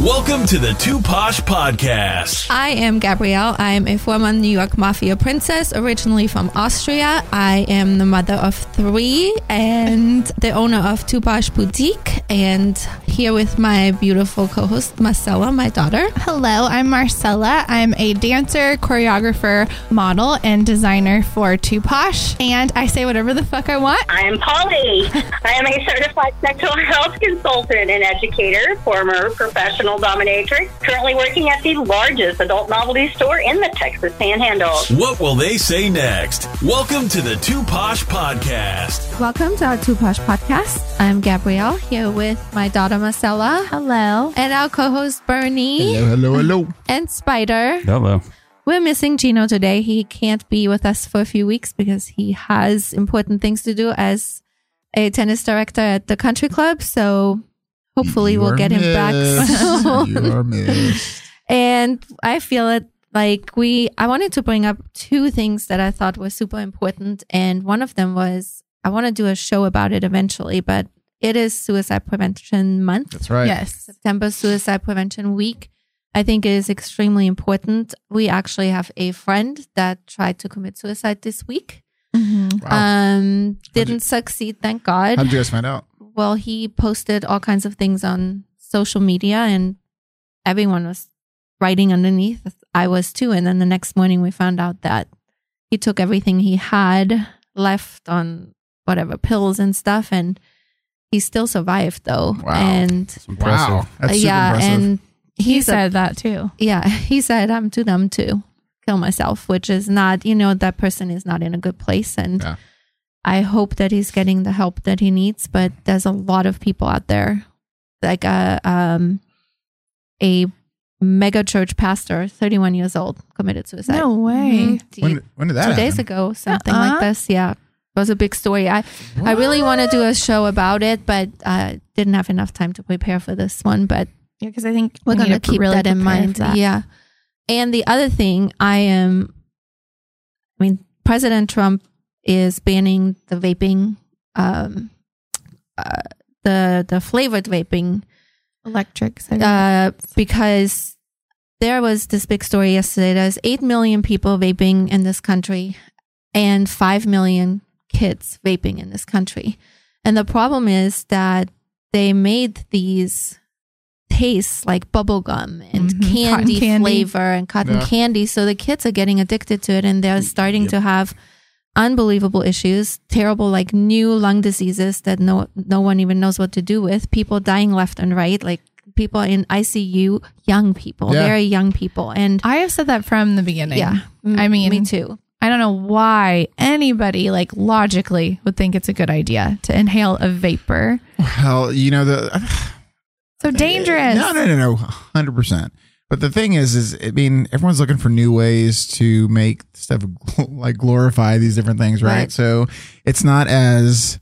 Welcome to the Two Posh Podcast. I am Gabrielle. I am a former New York Mafia princess, originally from Austria. I am the mother of three and the owner of Tupash Boutique, and here with my beautiful co host, Marcella, my daughter. Hello, I'm Marcella. I'm a dancer, choreographer, model, and designer for Too Posh, and I say whatever the fuck I want. I am Polly. I am a certified sexual health consultant and educator, former professional dominatrix, currently working at the largest adult novelty store in the Texas Panhandle. What will they say next? Welcome to the Two Posh Podcast. Welcome to our Tupash podcast. I'm Gabrielle, here with my daughter, Marcella, Hello. and our co host, Bernie, hello, hello. and Spider. Hello. We're missing Gino today. He can't be with us for a few weeks because he has important things to do as a tennis director at the country club. So hopefully You we'll are get him back missed. you soon. are missed. and I feel it like we, I wanted to bring up two things that I thought were super important. And one of them was I want to do a show about it eventually, but it is Suicide Prevention Month. That's right. Yes. September Suicide Prevention Week. I think it is extremely important. We actually have a friend that tried to commit suicide this week. Mm-hmm. Wow. Um, didn't succeed, thank God. How'd you guys find out? well, he posted all kinds of things on social media, and everyone was writing underneath. I was too. And then the next morning, we found out that he took everything he had left on whatever pills and stuff, and he still survived though. Wow. And It's impressive. Wow. That's Uh, super yeah, impressive. and He he's said that too. a, yeah, he said I'm too dumb to kill myself, which is not, you know, that person is not in a good place and Yeah. I hope that he's getting the help that he needs, but there's a lot of people out there like a um a mega church pastor, 31 years old, committed suicide. No way. Mhm. when, when did that Two happen? days ago, something like Uh-uh. this. Yeah. It was a big story. I I really want to do a show about it, but I didn't have enough time to prepare for this one, but Yeah, because I think we're we going to need keep really that in prepare mind. for that. Yeah. And the other thing, I am, I mean, President Trump is banning the vaping, um, uh, the the flavored vaping uh, Electric. cigarette. uh, because there was this big story yesterday. There's 8 million people vaping in this country and 5 million kids vaping in this country. And the problem is that they made these tastes like bubblegum and Mhm. candy, Cotton candy. flavor and cotton Yeah. candy. So the kids are getting addicted to it and they're starting to have unbelievable issues, terrible like new lung diseases that no no one even knows what to do with. People dying left and right, like people in ICU, young people, Yeah. very young people, and I have said that from the beginning. yeah, Mm, Mm, I mean, me too. I don't know why anybody, like logically, would think it's a good idea to inhale a vapor. Hell, you know the So dangerous. Uh, No, no, no, no, hundred percent. But the thing is, is I mean, everyone's looking for new ways to make stuff gl- like glorify these different things, right? Right. So it's not as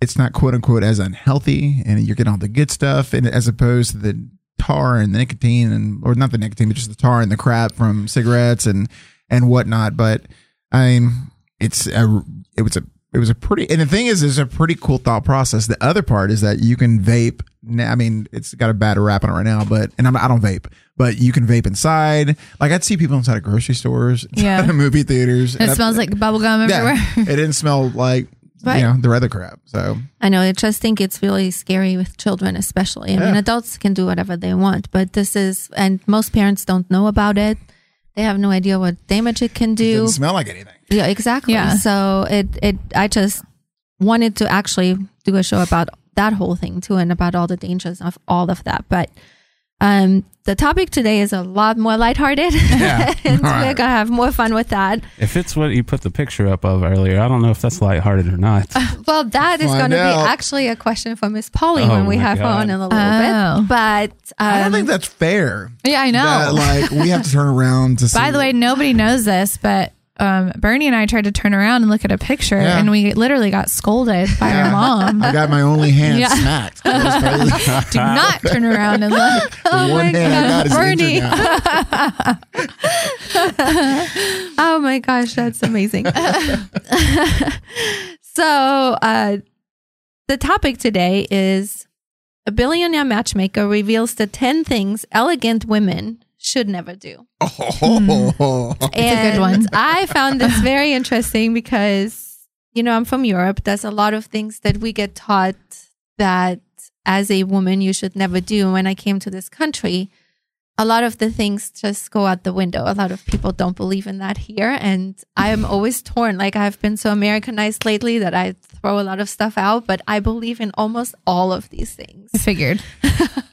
it's not quote unquote as unhealthy, and you're getting all the good stuff, and as opposed to the tar and the nicotine, and or not the nicotine, but just the tar and the crap from cigarettes and and whatnot. But I mean, it's a it was a it was a pretty and the thing is it's a pretty cool thought process the other part is that you can vape now i mean it's got a bad rap on it right now but and I'm, i don't vape but you can vape inside like i'd see people inside of grocery stores inside Yeah. of movie theaters It smells like bubblegum everywhere. yeah, it didn't smell like Right. you know the other crap so I know. I just think it's really scary with children, especially. I mean, Yeah. adults can do whatever they want, but this is, and most parents don't know about it. They have no idea what damage it can it do. didn't smell like anything Yeah, exactly. Yeah. So it it I just wanted to actually do a show about that whole thing too and about all the dangers of all of that. But um the topic today is a lot more lighthearted. Yeah. and All right. we're gonna have more fun with that. If it's what you put the picture up of earlier, I don't know if that's lighthearted or not. Well, that is Find gonna out. be actually a question for Miss Polly Oh when we my have her God. on in a little Oh. bit. But um, i don't think that's fair Yeah, I know. that, like we have to turn around to see By the way, nobody knows this, but um, Bernie and I tried to turn around and look at a picture, Yeah. and we literally got scolded by Yeah. our mom. i got my only hand Yeah. smacked It was crazy. Do not turn around and look. The one hand I got is the Bernie. internet. Oh my gosh, that's amazing. so, uh, the topic today is A billionaire matchmaker reveals the 10 things elegant women should never do. Oh, It's a good one. I found this very interesting because, you know, I'm from Europe. There's a lot of things that we get taught that as a woman you should never do. When I came to this country, a lot of the things just go out the window. A lot of people don't believe in that here. And I am always torn. Like I've been so Americanized lately that I throw a lot of stuff out, but I believe in almost all of these things. I figured.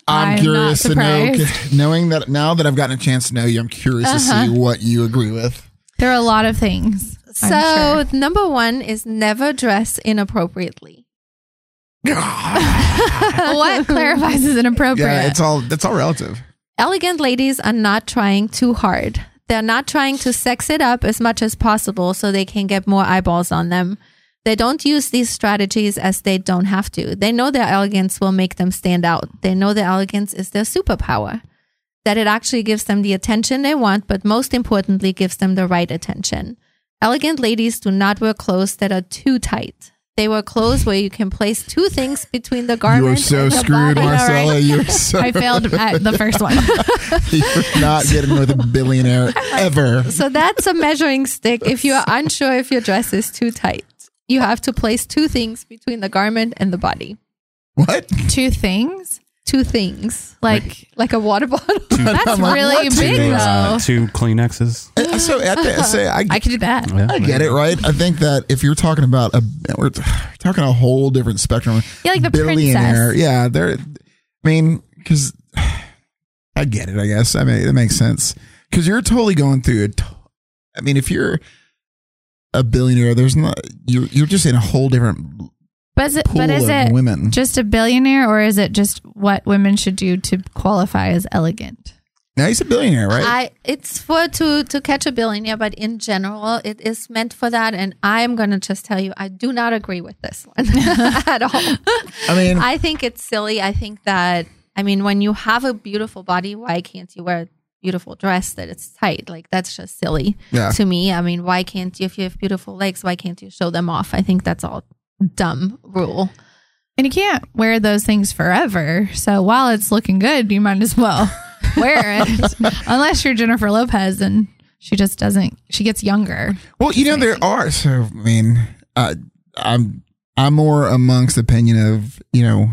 I'm, I'm curious not to know, surprised. Uh-huh. knowing that now that I've gotten a chance to know you, I'm curious to see what you agree with. There are a lot of things. So number one is never dress inappropriately. what clarifies is inappropriate? Yeah, it's all that's all relative. Elegant ladies are not trying too hard. They're not trying to sex it up as much as possible so they can get more eyeballs on them. They don't use these strategies as they don't have to. They know their elegance will make them stand out. They know their elegance is their superpower, that it actually gives them the attention they want, but most importantly, gives them the right attention. Elegant ladies do not wear clothes that are too tight. They wear clothes where you can place two things between the You garment. are so and the screwed, body. Marcella. You're so I failed at the first one. you're not getting with a billionaire ever. So that's a measuring stick. If you're unsure if your dress is too tight, you have to place two things between the garment and the body. What? Two things. Two things, Like like a water bottle. that's like, really what? big Two, uh, though. two Kleenexes. I- So at the, so I, I could do that. Yeah. I get it, right? I think that if you're talking about a, we're t- talking a whole different spectrum. Yeah, like the billionaire. princess. Yeah, they're. I mean, because I get it. I guess. I mean, it makes sense because you're totally going through. A t- I mean, if you're a billionaire, there's not. You're you're just in a whole different But is it, pool but is of it women. just a billionaire or is it just what women should do to qualify as elegant? now he's a billionaire, right? I it's for to to catch a billionaire, but in general, it is meant for that. And I'm gonna just tell you, I do not agree with this one at all. I mean, I think it's silly. I think that I mean, when you have a beautiful body, why can't you wear a beautiful dress that it's tight? Like that's just silly Yeah. to me. I mean, why can't you if you have beautiful legs, why can't you show them off? I think that's all dumb rule. And you can't wear those things forever. So while it's looking good, you might as well wear it. Unless you're Jennifer Lopez and she just doesn't, she gets younger. Well, you know there are. So I mean, uh, I'm I'm more amongst the opinion of you know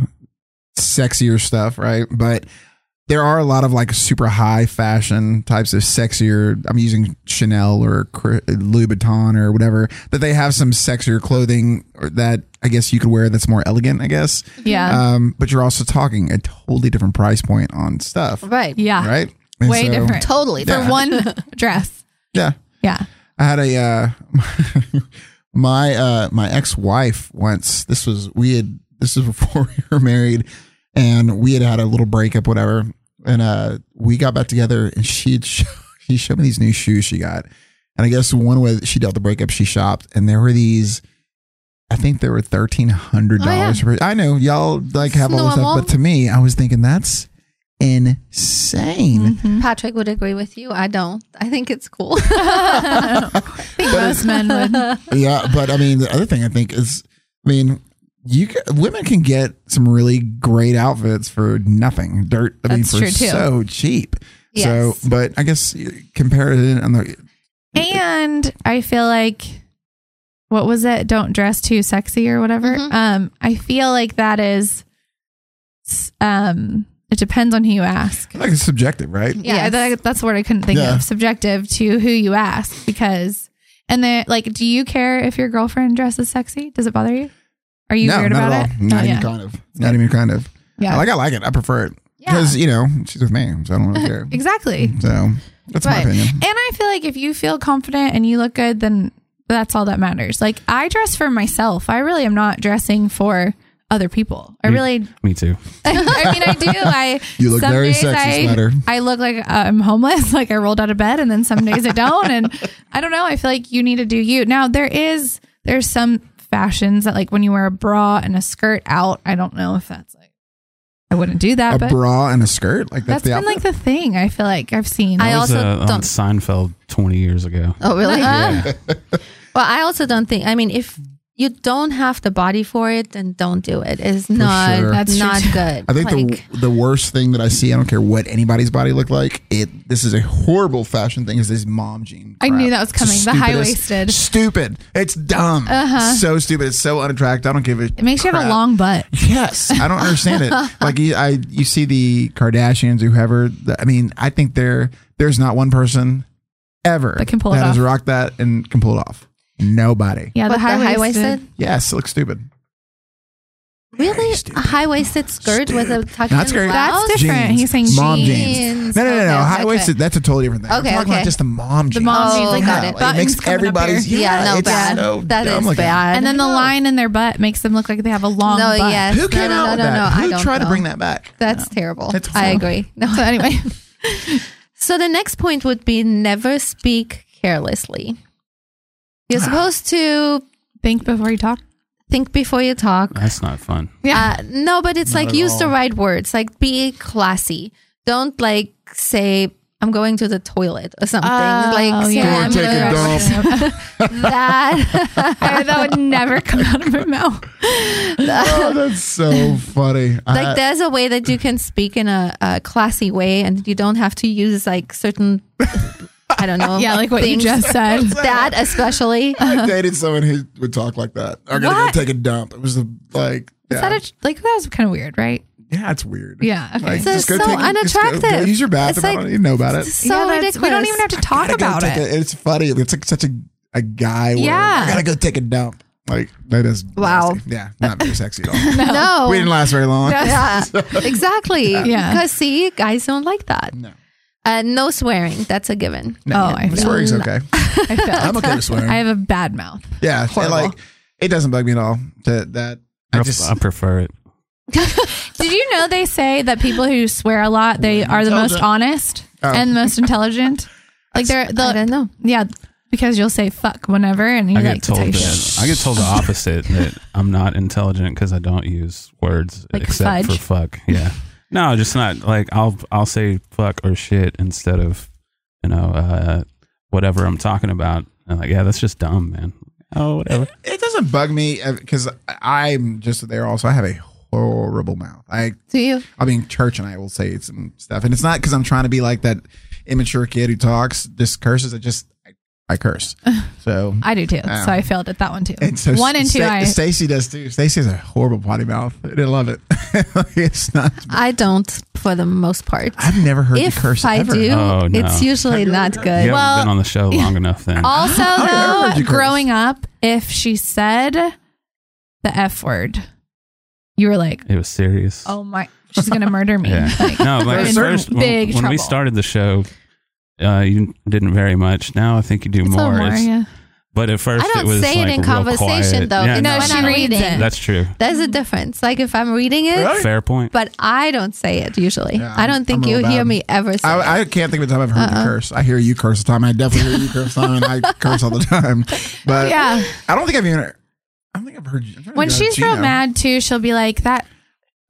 sexier stuff, right? But there are a lot of like super high fashion types of sexier. I'm using Chanel or Cri- Louis Vuitton or whatever, but they have some sexier clothing or that I guess you could wear that's more elegant, I guess. Yeah. Um, but you're also talking a totally different price point on stuff, Right. yeah. right? And Way so- different. Totally. Yeah. For one dress. Yeah. Yeah. I had a uh, my uh, my ex wife once. This was we had this was before we were married, and we had had a little breakup, whatever. And uh, we got back together, and she had sh- she showed me these new shoes she got, and I guess one way that she dealt the breakup, she shopped, and there were these. I think there were thirteen hundred dollars. I know y'all like have all this stuff, Normal. but to me, I was thinking that's insane. Mm-hmm. Patrick would agree with you. I don't. I think it's cool. I think most men would. yeah, but I mean, the other thing I think is, I mean, you ca women can get some really great outfits for nothing. Dirt, I That's mean, for true, too. so cheap. Yes. So, but I guess compare it on the And I feel like, what was it? Don't dress too sexy or whatever. Mm-hmm. Mhm. Um, I feel like that is, s- um, it depends on who you ask. like it's subjective, right? Yeah, Yes. that, that's what I couldn't think Yeah. of. Subjective to who you ask because, and then like, do you care if your girlfriend dresses sexy? Does it bother you? Are you no, weird not about at all. it? Not Oh, even yeah. kind of. Not even kind of. Yeah. Like I like it. I prefer it because you know she's with me, so I don't really care. exactly. So that's Right. my opinion. And I feel like if you feel confident and you look good, then that's all that matters. Like I dress for myself. I really am not dressing for other people. I really, Me too. I mean, I do. I Mm. You look some very days sexy, I, Sweater. I look like uh, I'm homeless. Like I rolled out of bed, and then some days I don't. And I don't know. I feel like you need to do you. Now there is there's some fashions that like when you wear a bra and a skirt out. I don't know if that's like I wouldn't do that, A but bra and a skirt, like that's that's, the been outfit. like the thing. I feel like I've seen. I It was also uh, on don't. Seinfeld 20 years ago. Oh, really? Yeah. Well, I also don't think. I mean, if you don't have the body for it, then don't do it. It's not sure. That's true, not too. good. I think like, the the worst thing that I see, I don't care what anybody's body looked like. It this is a horrible fashion thing. Is this mom jean? I crap. knew that was coming, It's the the high-waisted. stupidest- Stupid. It's dumb. Uh-huh. So stupid. It's so unattractive. I don't give a. It makes you have a crap. long butt. Yes, I don't understand it. Like you, I, you see the Kardashians, whoever. th- I mean, I think there, there's not one person ever That can pull it has off. rocked that and can pull it off. Nobody. Yeah, what, the high waisted. Yes, it looks stupid. Really, stupid. a high waisted skirt with a tucked That's in great. blouse? That's different. He's saying mom jeans. jeans. No, no, no, no. Okay, okay, High waisted. That's a totally different thing. I'm Okay, talking okay. about just the mom jeans. The mom Oh, jeans, like got the it. It buttons makes coming up everybody's here. yeah, no it's bad. so that dumb is looking. bad. And then the line in their butt makes them look like they have a long No, butt. yes. Who No, came no, out no, with no, that? no, I Who don't tried to know. bring that back? That's terrible. That's I horrible. agree. No. So anyway, So the next point would be never speak carelessly. Ah. You're supposed to think before you talk. think before you talk. That's not fun. Yeah. Uh, no, but it's Not like at use the all. right words. Like be classy. Don't like say I'm going to the toilet or something. uh, like say, Oh, yeah. Go I'm take a gonna- dump. that. I- that would never come out of my mouth. oh, that's so funny. I- Uh, like there's a way that you can speak in a, a classy way, and you don't have to use like certain. I don't know. Yeah, like what you things. just said. That especially. I dated someone who would talk like that. I gotta What? go take a dump. It was the, like, Is yeah, that a, like that was kind of weird, right? yeah, it's weird. Yeah, okay. Like, So just go it's so take a- just go- go unattractive. use your It's bathroom. like- I don't even know about it. It's so Yeah, that's- ridiculous. We don't even have to talk I gotta go about take it. A, it's funny. It's like such a a guy. word. Yeah. I gotta go take a dump. Like that is Wow. nasty. Yeah, not very sexy at all. No. We didn't last very long. yeah, exactly. Yeah. Because see, guys don't like that. No. Uh, no swearing. That's a given. No, Oh, I feel- swearing's okay. I felt. I'm okay with swearing. I have a bad mouth. yeah, and, Horrible. like it doesn't bug me at all. That that I I, pref- just I prefer it. Did you know they say that people who swear a lot they are the most Intelligent. honest Oh. and most intelligent? Like they're I the don't know. yeah because you'll say fuck whenever and you're I like get told "That's how you that. I get told the opposite that I'm not intelligent because I don't use words Like except fudge? for fuck. Yeah. No, just not like I'll I'll say fuck or shit instead of you know uh, whatever I'm talking about. And like, yeah, that's just dumb, man. Oh, whatever. it doesn't bug me because I'm just there. Also, I have a horrible mouth. I Do you? I mean, church and I will say some stuff, and it's not because I'm trying to be like that immature kid who talks just curses. I just I, I curse. So I do too. Oh. So I failed at that one too. and so one and two. Sta- I, Stacy does too. Stacy has a horrible potty mouth. I didn't love it. it's not. I don't for the most part. I've never heard if you curse I ever. do, Oh, no. it's usually not You good. haven't Well, been on the show long enough then. also I heard though, you curse. growing up, if she said the f word, you were like, it was serious. oh my, she's gonna murder me. Yeah. Like, No, we're like in at first big when, when we trouble. started the show, uh, you didn't very much. Now I think you do It's a more. little more, It's- yeah. But at first, I don't it was say like it in real conversation quiet. though. Yeah, It's No, when she I'm reads reading. it. That's true. There's a difference. Like if I'm reading it, Really? Fair point. but I don't say it usually. Yeah, I don't think I'm you real hear bad. me ever say it. I, I can't think of a time I've heard Uh-uh. you curse. I hear you curse all the time. I definitely hear you curse all the time. and I curse all the time. But Yeah. I don't think I've even. I don't think I've heard you. I'm trying to when go to she's Gino. real mad too, she'll be like that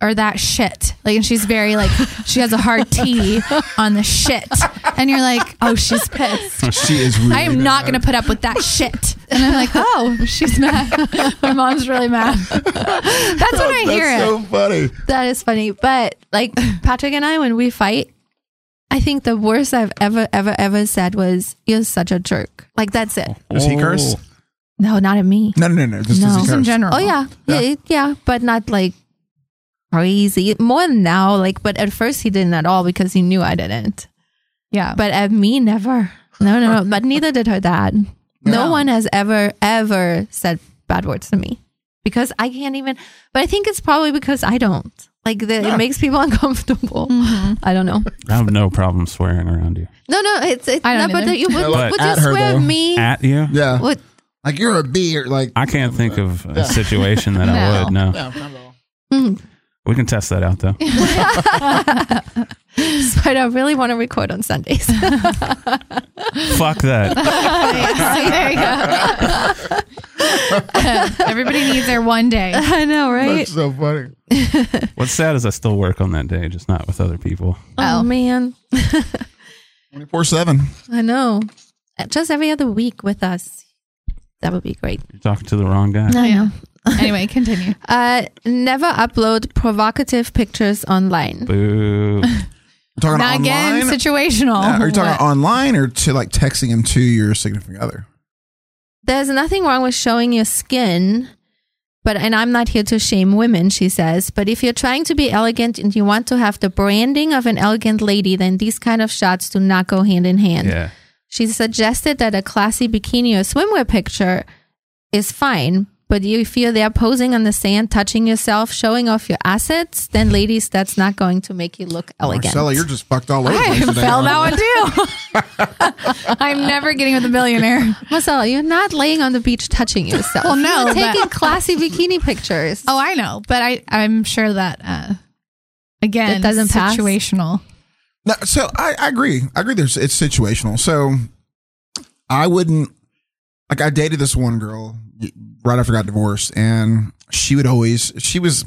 or that shit. Like, and she's very like she has a hard T on the shit, and you're like, oh, she's pissed. she is. Really I am not mad. gonna put up with that shit. And I'm like, oh, she's mad. My mom's really mad. That's when I That's hear it. so funny. That is funny. But like Patrick and I, when we fight, I think the worst I've ever, ever, ever said was, You're such a jerk. Like, that's it. Does he curse? Oh. No, not at me. No, no, no, no. Just, No. does Just he Just in curse? general. Oh, yeah. Yeah. Yeah. but not like crazy. More now, like, but at first he didn't at all because he knew I didn't. yeah. But at me, never. No, no, no. but neither did her dad. No Yeah. one has ever, ever said bad words to me because I can't even. But I think it's probably because I don't. Like, the, it makes people uncomfortable. I don't know. I have no problem swearing around you. Mm-hmm. No, no, it's it's I not. don't But either. you would, No, like, would you at her, swear though. at me? At you? Yeah. Would- Like you're a bee or like. I can't think of a situation that I No. would. No. Yeah, not at all. We can test that out though. So I don't really want to record on Sundays. Fuck that. See, there you go. Everybody needs their one day. I know, right? That's so funny. What's sad is I still work on that day, just not with other people. Oh man, 24 7. Uh, I know. Just every other week with us, That would be great. You're talking to the wrong guy. I know. anyway, continue. Uh, never upload provocative pictures online. Boo. We're talking Now online. again, situational. Yeah, are you talking Oh, What? online or to like texting them to your significant other? There's nothing wrong with showing your skin, but and I'm not here to shame women, she says. But if you're trying to be elegant and you want to have the branding of an elegant lady, then these kind of shots do not go hand in hand. Yeah. She suggested that a classy bikini or swimwear picture is fine, but if you're there posing on the sand, touching yourself, showing off your assets, then ladies, that's not going to make you look elegant. Marcella, you're just fucked all over. the Oh, I place today, fell aren't that you? one too. I'm never getting with a billionaire. Marcella, you're not laying on the beach touching yourself. Well, no, You're but- taking classy bikini pictures. Oh, I know, but I I'm sure that uh, again It doesn't pass? situational. No, so I, I agree. I agree. There's it's situational. So I wouldn't like. I dated this one girl right after I got divorced, and she would always. She was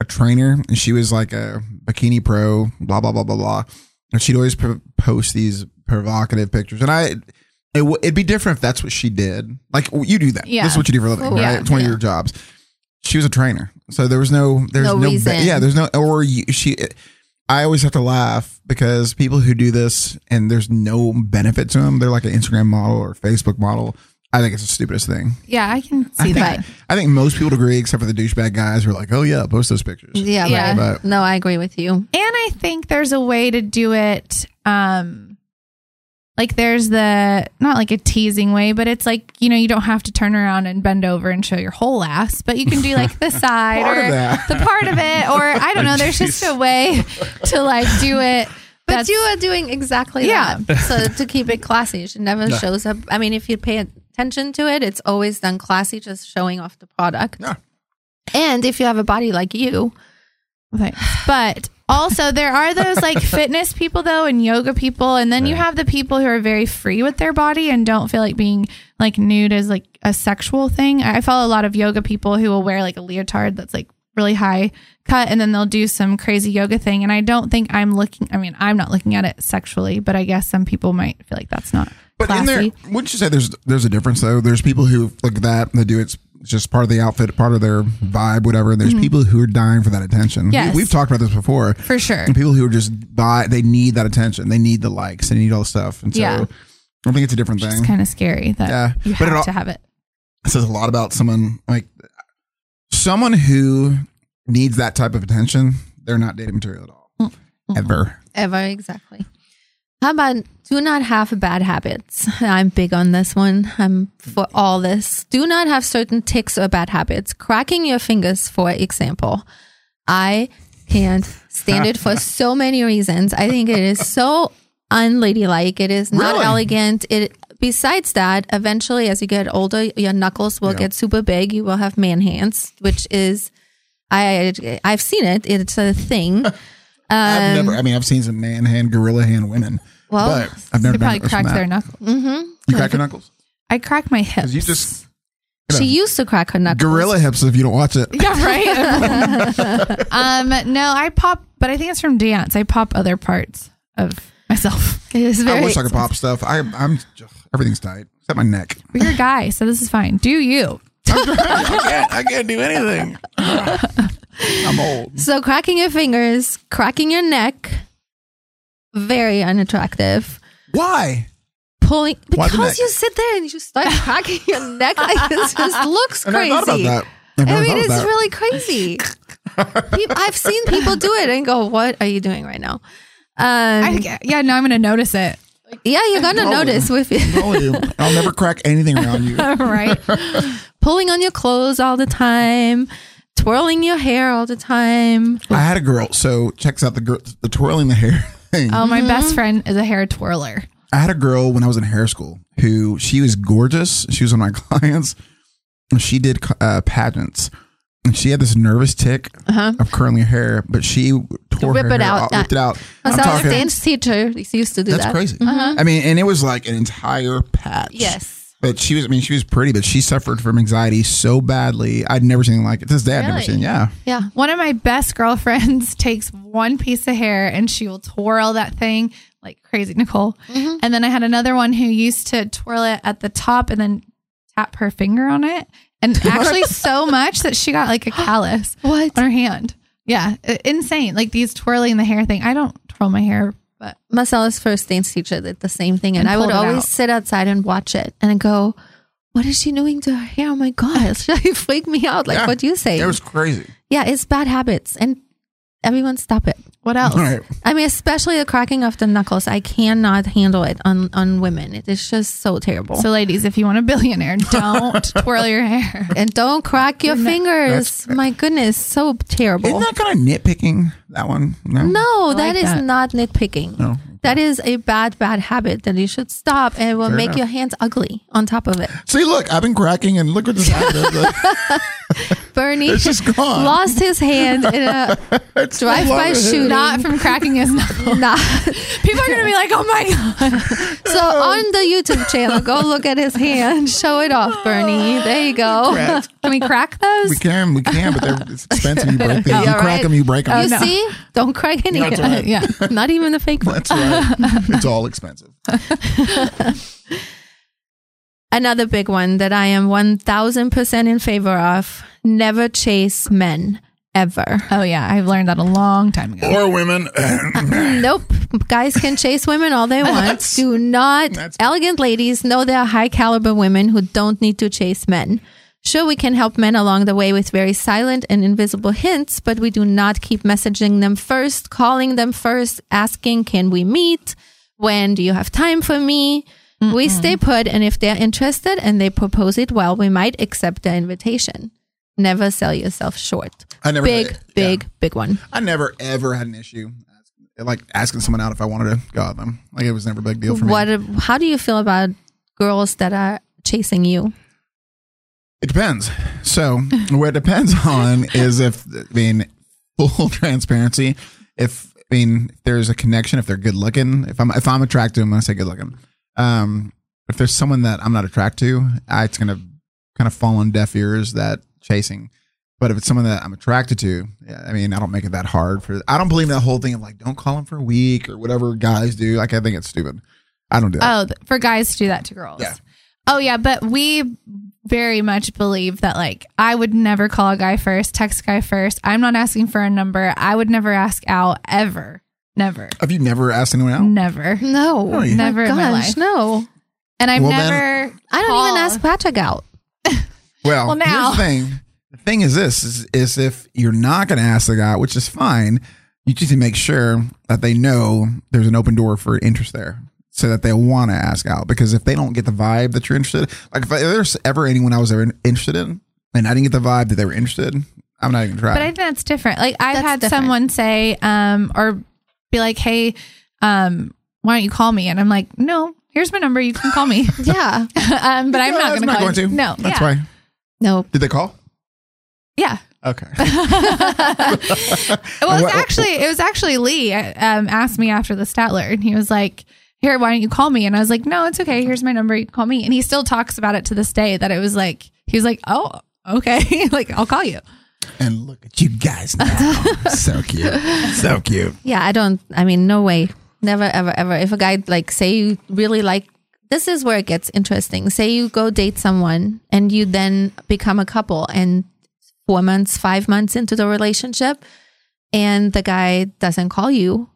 a trainer, and she was like a bikini pro. Blah blah blah blah blah. And she'd always pro- post these provocative pictures, and I. It w- it'd be different if that's what she did. Like w- you do that. Yeah. This is what you do for a living, Cool. right? Yeah, It's one of your jobs. She was a trainer, so there was no there's No no, ba- reason. yeah there's no or you, she I always have to laugh because people who do this and there's no benefit to them, they're like an Instagram model or Facebook model. I think it's the stupidest thing. Yeah, I can I see think, that. I think most people would agree, except for the douchebag guys who are like, oh, yeah, post those pictures. Yeah, Yeah. right. But- no, I agree with you. And I think there's a way to do it. Um, like there's the not like a teasing way, but it's like you know you don't have to turn around and bend over and show your whole ass, but you can do like the side Part or of that. the part of it, or I don't know. There's just a way to like do it. But that's- you are doing exactly Yeah. that. So to keep it classy, you should never shows up. I mean, if you pay attention to it, it's always done classy, just showing off the product. Yeah. And if you have a body like you, Thanks. But also, there are those like fitness people, though, and yoga people. And then you have the people who are very free with their body and don't feel like being like nude is like a sexual thing. I I follow a lot of yoga people who will wear like a leotard that's like really high cut and then they'll do some crazy yoga thing. And I don't think I'm looking, I mean, I'm not looking at it sexually, but I guess some people might feel like that's not. But classy. in there, wouldn't you say there's there's a difference though? There's people who look at that and they do it's just part of the outfit, part of their vibe, whatever. And there's Mm-hmm. people who are dying for that attention. Yes. We, have talked about this before. for sure. And people who are just buy, they need that attention. They need the likes. They need all the stuff. And so Yeah. I think it's a different Which thing. is kind of scary that Yeah. you But it have all- to have it. says a lot about someone like someone who needs that type of attention they're not dating material at all Mm, ever ever exactly. How about do not have bad habits? I'm big on this one. I'm for all this. Do not have certain ticks or bad habits. Cracking your fingers, for example. I can't stand it for so many reasons. I think it is so unladylike. It is not Really? elegant. It besides that, eventually as you get older, your knuckles will get super big. You will have man hands, which is I I've seen it. It's a thing. i've Um, never i mean i've seen some man hand gorilla hand women Well, but i've never They probably done it crack from that. their knuckles. you crack your knuckles I crack my hips. because you just She used to crack her knuckles. gorilla hips if you don't watch it Yeah, right. um, no, I pop, but I think it's from dance. I pop other parts of myself. It is i very. wish i could pop stuff i i'm ugh, everything's tight except my neck You're a guy, so this is fine. Do you? i can't i can't do anything i'm old so cracking your fingers, cracking your neck, very unattractive. why Pulling Why the because neck? you sit there and you start cracking your neck like this just looks and crazy. i thought about that I've never I mean, thought it's about it. really crazy. Peop- I've seen people do it and go, "What are you doing right now?" Um, I, yeah, no, I'm going to notice it. yeah, you're gonna Probably. notice with you I'll do. I'll never crack anything around you. right. pulling on your clothes all the time, twirling your hair all the time. I had a girl. So checks out the girl, the twirling the hair thing. Oh, my Mm-hmm. best friend is a hair twirler. I had a girl when I was in hair school who she was gorgeous. She was one of my clients. And She did uh, pageants, and she had this nervous tick of curling her hair, but she tore Rip her Uh-huh. it hair out. out, ripped it out. Because I was a dance teacher, she used to do that's that. Uh-huh. crazy. I mean, and it was like an entire patch. Yes. But she was, I mean, she was pretty, but she suffered from anxiety so badly. I'd never seen anything like it. To this day, I've never Really? seen. Yeah. Yeah. One of my best girlfriends takes one piece of hair and she will twirl that thing Mm-hmm. like crazy, Nicole. And then I had another one who used to twirl it at the top and then tap her finger on it, and actually so much that she got like a callus What? on her hand. Yeah, i- insane. Like these twirling the hair thing. I don't twirl my hair, but Marcella's first dance teacher did the same thing, and, I And would pulled it always out. sit outside and watch it and go, "What is she doing to her hair? Oh my god, she freaked me out!" Like Yeah. what you say? That was crazy. yeah, it's bad habits, and everyone stop it. what else? All right. I mean, especially the cracking of the knuckles. I cannot handle it on on women. It is just so terrible. So, ladies, if you want a billionaire, don't twirl your hair. and don't crack your fingers. That's- My goodness, so terrible. Isn't that kind of nitpicking that one? No. no, that like is that. not nitpicking. No. That is a bad, bad habit that you should stop, and it will Fair make enough. your hands ugly. On top of it, See, look, I've been cracking, and look what this happened. Bernie It's just gone. lost his hand in a drive-by shooting. Not from cracking his knuckles. Nah. People are gonna be like, "Oh my god!" So on the YouTube channel, go look at his hand. Show it off, Bernie. There you go. Cracked. Can we crack those? We can, we can, but they're, it's expensive. You break these. Yeah, you crack right. them, you break them. You see? Don't crack any. That's right. yeah. Not even the fake one. That's right. it's all expensive. Another big one that I am 1000% in favor of never chase men ever. Oh yeah, I've learned that a long time ago. Or women. Nope. Guys can chase women all they want. That's- Do not. that's- Elegant ladies know they are high caliber women who don't need to chase men. Sure, we can help men along the way with very silent and invisible hints, but we do not keep messaging them first, calling them first, asking, can we meet? When do you have time for me? We stay put, and if they're interested and they propose it well, we might accept their invitation. Never sell yourself short. I never big, did. big, big one. I never ever had an issue like asking someone out if I wanted to go out with them. Like it was never a big deal for me. What? How do you feel about girls that are chasing you? It depends. So what it depends on is if I mean full transparency. If I mean if there's a connection, if they're good looking, if I'm if I'm attracted to them, when I say good looking. Um, if there's someone that I'm not attracted to, I, it's gonna kind of fall on deaf ears that chasing. But if it's someone that I'm attracted to, yeah, I mean, I don't make it that hard for. I don't believe in that whole thing of like don't call them for a week or whatever guys do. Like I think it's stupid. I don't do that. Oh, th- for guys to do that to girls. Yeah. Oh yeah, but we very much believe that like I would never call a guy first, text a guy first. I'm not asking for a number. I would never ask out ever. Never. Have you never asked anyone out? Never. No, Oh, yeah. Never in my life. No, And I've Well, never I don't called. even ask Patrick out. Well, Well, now- here's the thing. The thing is this is, is if you're not going to ask the guy, which is fine, you just need to make sure that they know there's an open door for interest there so that they want to ask out. Because if they don't get the vibe that you're interested, like if there's ever anyone I was ever interested in and I didn't get the vibe that they were interested, I'm not even trying. But I think that's different. Like I've That's had different. someone say, um, or be like, Hey, um, why don't you call me? And I'm like, No, here's my number, you can call me. Yeah, um, but I'm not No, that's gonna call you. No. That's yeah. why. no. Did they call? Yeah. Okay. Well, it was What- actually it was actually Lee uh, um, asked me after the Statler, and he was like, "Here, why don't you call me?" And I was like, "No, it's okay. Here's my number. You can call me." And he still talks about it to this day. That it was like he was like, "Oh, okay, like I'll call you." and look at you guys now. so cute. So cute. Yeah, I don't. I mean, no way. Never, ever, ever. If a guy like say you really like, this is where it gets interesting. Say you go date someone and you then become a couple, and four months, five months into the relationship, and the guy doesn't call you.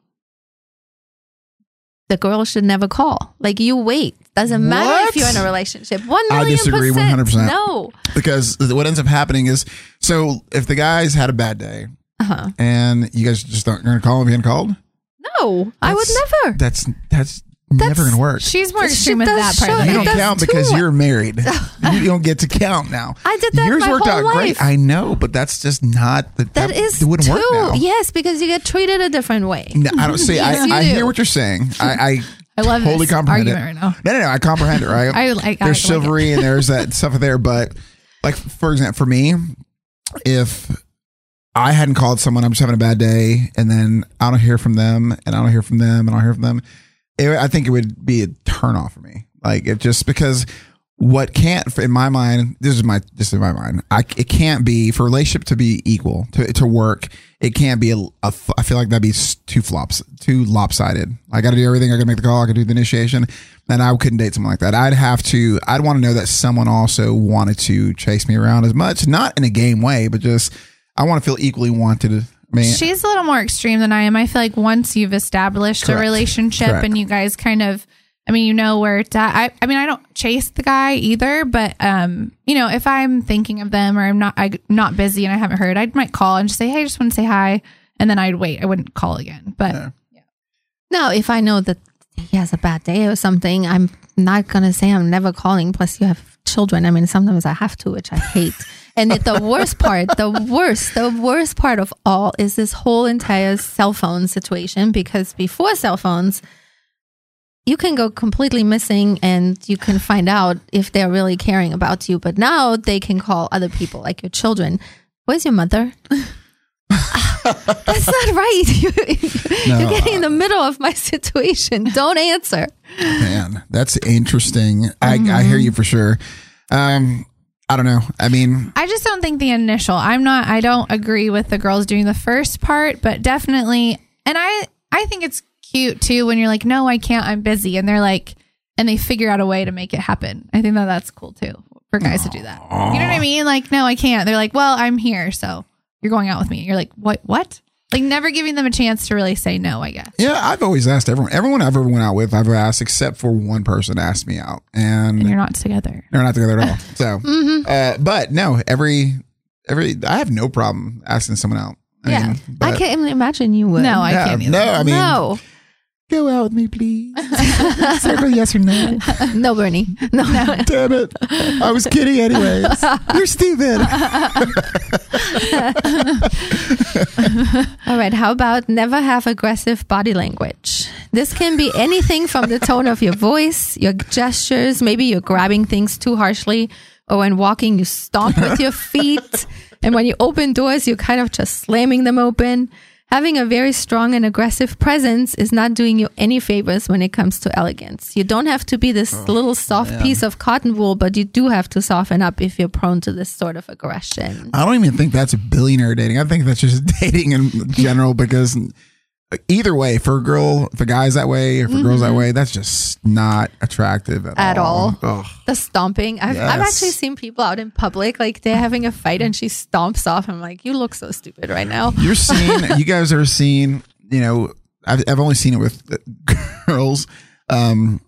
The girl should never call. Like you wait. Doesn't matter if What? you're in a relationship. One I million disagree percent. 100%. No. Because what ends up happening is so if the guys had a bad day, Uh-huh. and you guys just aren't going to call him being called. No. I would That's- never. That's that's, never going to work. She's more She extreme with that does part. show- of you it. don't that's count too because much. you're married. you don't get to count now. I did that Yours my worked whole out life. great. I know, but that's just not that. That is it wouldn't too. work now. Yes, because you get treated a different way. No, I don't see. Yes, you I, I do. hear what you're saying. I I, I love totally this comprehend argument it. right now. No, no, no. I comprehend it. Right. I like- I like it. there's chivalry and there's that stuff there, but like for example, for me, if I hadn't called someone, I'm just having a bad day, and then I don't hear from them, and I don't hear from them, and I don't hear from them, it, I think it would be a turn off for me. Like it just because what can't in my mind this is my this is my mind I, it can't be for a relationship to be equal to, to work it can't be a, a f- i feel like that'd be s- too flops too lopsided i gotta do everything i gotta make the call i gotta do the initiation and i couldn't date someone like that i'd have to i'd want to know that someone also wanted to chase me around as much not in a game way but just i want to feel equally wanted man She's a little more extreme than I am. I feel like once you've established Correct. a relationship Correct. and you guys kind of, I mean, you know where it's at. I, I mean, I don't chase the guy either, but um, you know, if I'm thinking of them or I'm not, I'm not busy and I haven't heard, I might call and just say, hey, I just want to say hi, and then I'd wait. I wouldn't call again. But Yeah. No, if I know that he has a bad day or something, I'm not gonna say I'm never calling. Plus, you have children. I mean, sometimes I have to, which I hate. and it, the worst part, the worst, the worst part of all is this whole entire cell phone situation. Because before cell phones, you can go completely missing and you can find out if they're really caring about you. But now they can call other people, like your children. Where's your mother? That's not right. You, No, are getting in the middle of my situation. Don't answer. man that's interesting I, I hear you for sure um i don't know i mean I just don't think the initial. I'm not. I don't agree with the girls doing the first part, but definitely. And I, I think it's cute too when you're like, no, I can't. I'm busy, and they're like, and they figure out a way to make it happen. I think that that's cool too for guys to do that. You know what I mean? Like, no, I can't. They're like, well, I'm here, so you're going out with me. You're like, what? What? Like never giving them a chance to really say no. I guess. Yeah, I've always asked everyone. Everyone I've ever went out with, I've asked, except for one person asked me out, and, And you're not together. they're not together at all. So, uh, but no, every every I have no problem asking someone out. I yeah. mean, but- I can't even imagine you would. No, I Yeah, can't. Either. No, I mean, no, go out with me, please. Circle yes or no. no, Bernie. No. Damn it! I was kidding, anyways. You're stupid. All right. How about never have aggressive body language? This can be anything from the tone of your voice, your gestures. Maybe you're grabbing things too harshly, or when walking, you stomp with your feet. And when you open doors, you're kind of just slamming them open. Having a very strong and aggressive presence is not doing you any favors when it comes to elegance. You don't have to be this little soft piece of cotton wool, but you do have to soften up if you're prone to this sort of aggression. I don't even think that's billionaire dating. I think that's just dating in general because either way, for a girl, for guys that way, or for girls that way, that's just not attractive at, Mm-hmm. At all. Ugh. The stomping. I've, I've Yes. actually seen people out in public, like they're having a fight and she stomps off. I'm like, you look so stupid right now. You're seeing, you guys are seeing, you know, I've, I've only seen it with girls. Um,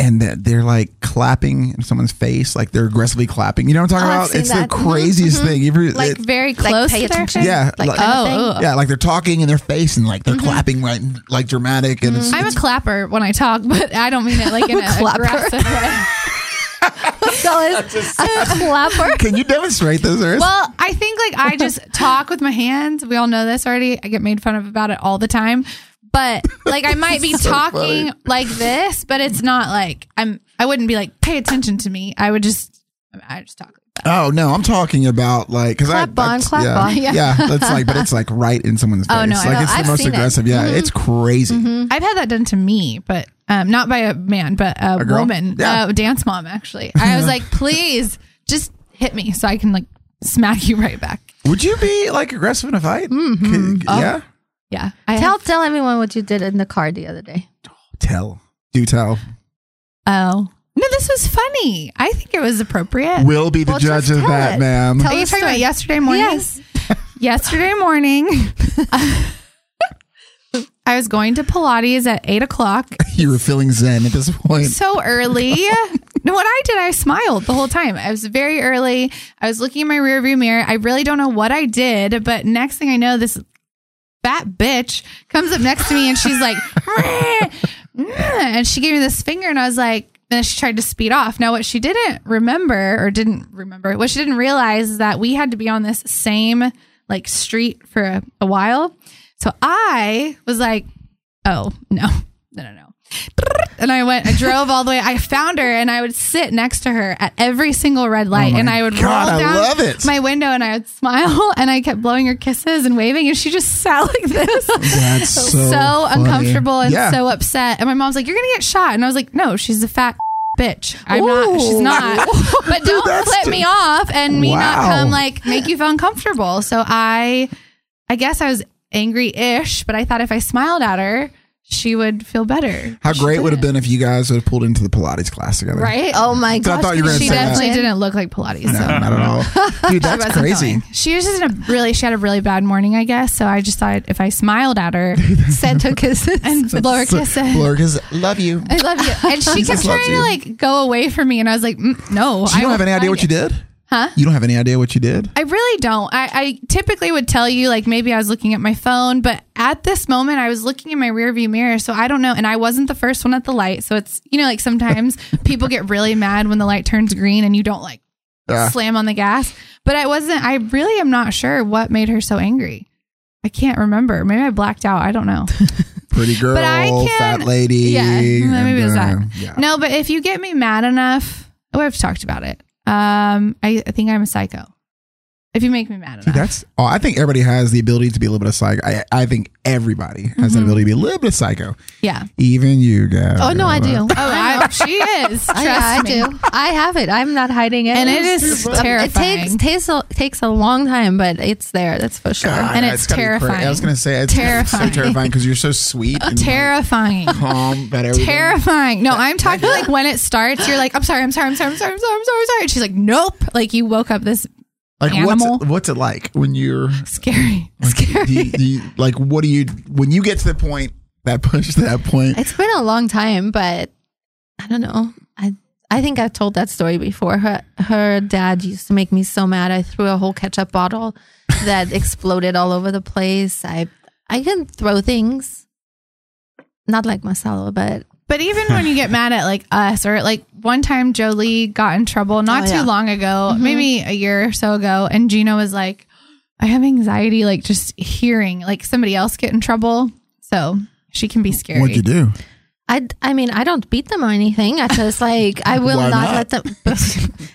and that they're like clapping in someone's face, like they're aggressively clapping. You know what I'm talking Oh, I've about? seen It's that. the Mhm, craziest thing. You've ever- Like it- very close. pay to their attention. face? yeah, like, Mm-hmm. like- kind of Oh, thing. oh, yeah, like they're talking in their face and like they're clapping right, like dramatic. And Mm-hmm. it's, I'm a clapper when I talk, but I don't mean it like in an Clapper. aggressive way. That was a clapper. can you demonstrate this? Or Well, I think like I just talk with my hands. We all know this already. I get made fun of about it all the time. But like I might be talking funny. like this, but it's not like I'm I wouldn't be like pay attention to me. I would just I just talk like that. Oh no, I'm talking about like because I, Clap on, I- clap yeah, on, yeah. that's like, but it's like right in someone's face. Oh, no, I like know. it's I've the most seen it. aggressive. Yeah, it's crazy. I've had that done to me, but um, not by a man, but a, A girl? woman, Yeah. uh, dance mom actually. I was like, please just hit me so I can like smack you right back. Would you be like aggressive in a fight? Could- yeah, Yeah, I Tell tell everyone what you did in the car the other day. tell, do tell. Oh no, this was funny. I think it was appropriate. We'll be the Well, just judge of tell that, it. ma'am. Tell Are you the talking story. about yesterday morning? Yes. yesterday morning, I was going to Pilates at eight o'clock, you were feeling zen at this point. so early. No, what I did, I smiled the whole time. I was very early. I was looking in my rearview mirror. I really don't know what I did, but next thing I know, this fat bitch comes up next to me and she's like, "Meh, meh," and she gave me this finger, and I was like, and then she tried to speed off. Now, what she didn't remember or didn't remember, what she didn't realize is that we had to be on this same like street for a, a while. So I was like, oh, no, no, no, no. And I went, I drove all the way. I found her and I would sit next to her at every single red light Oh my and I would God, roll I down love it. my window and I would smile and I kept blowing her kisses and waving and she just sat like this. That's so, So, funny. uncomfortable and Yeah. so upset. And my mom's like, You're gonna get shot. And I was like, No, she's a fat bitch. I'm not. She's Ooh. not. but don't That's flip ju- me off and me not Wow. come like make you feel uncomfortable. So I, I guess I was angry-ish, but I thought if I smiled at her, she would feel better. How She great would have didn't. been if you guys would have pulled into the Pilates class together? right? Oh my So I gosh. thought you were gonna she say that. definitely didn't look like Pilates. No, so. not at all. Dude, I that's wasn't crazy. going. She was just in a really, she had a really bad morning, I guess. So I just thought if I smiled at her Santa kisses. and blow her kiss, I Blur, 'cause love you. You love you. And she kept Jesus trying loves to you. like go away from me, and I was like, mm, no. I don't have won't any idea find what it. you did? Huh? You don't have any idea what you did? I really don't. I, I typically would tell you like maybe I was looking at my phone, but at this moment I was looking in my rearview mirror, so I don't know. And I wasn't the first one at the light, so it's you know like sometimes people get really mad when the light turns green and you don't like Ah. slam on the gas. But I wasn't. I really am not sure what made her so angry. I can't remember. Maybe I blacked out. I don't know. Pretty girl, I can- fat lady. Yeah, maybe it was that. uh, yeah. No, but if you get me mad enough, oh, I've talked about it. Um, I, I think I'm a psycho. If you make me mad enough, Dude, that's. Oh, I think everybody has the ability to be a little bit of psycho. I, I think everybody has that ability to be a little bit of psycho. yeah. Even you guys. Oh, no, I Uh, do. Mm-hmm. Oh, I, she is. Trust I, yeah, I me. do. I have it. I'm not hiding it. And it is It's- terrifying. It takes takes a, takes a long time, but it's there. That's for sure. God, And that's it's gotta be cra- terrifying. I was gonna say it's Terrifying. so terrifying because you're so sweet and like, Terrifying. calm about everything. Terrifying. No, I'm talking like when it starts, you're like, I'm sorry, I'm sorry, I'm sorry, I'm sorry, I'm sorry, I'm sorry, I'm sorry. And she's like, Nope. Like you woke up this Like animal. what's it, what's it like when you're scary, like, scary. Do you, do you, like what do you when you get to the point that push to that point? It's been a long time, but I don't know. I I think I've told that story before. Her her dad used to make me so mad. I threw a whole ketchup bottle that exploded all over the place. I I can throw things, not like Marcelo, but But even when you get mad at like us or like one time Jolie got in trouble not Oh, too yeah. long ago, maybe a year or so ago, and Gina was like, I have anxiety like just hearing like somebody else get in trouble. So she can be scary. What'd you do? I I mean I don't beat them or anything. I just like I will Why not, not? let them.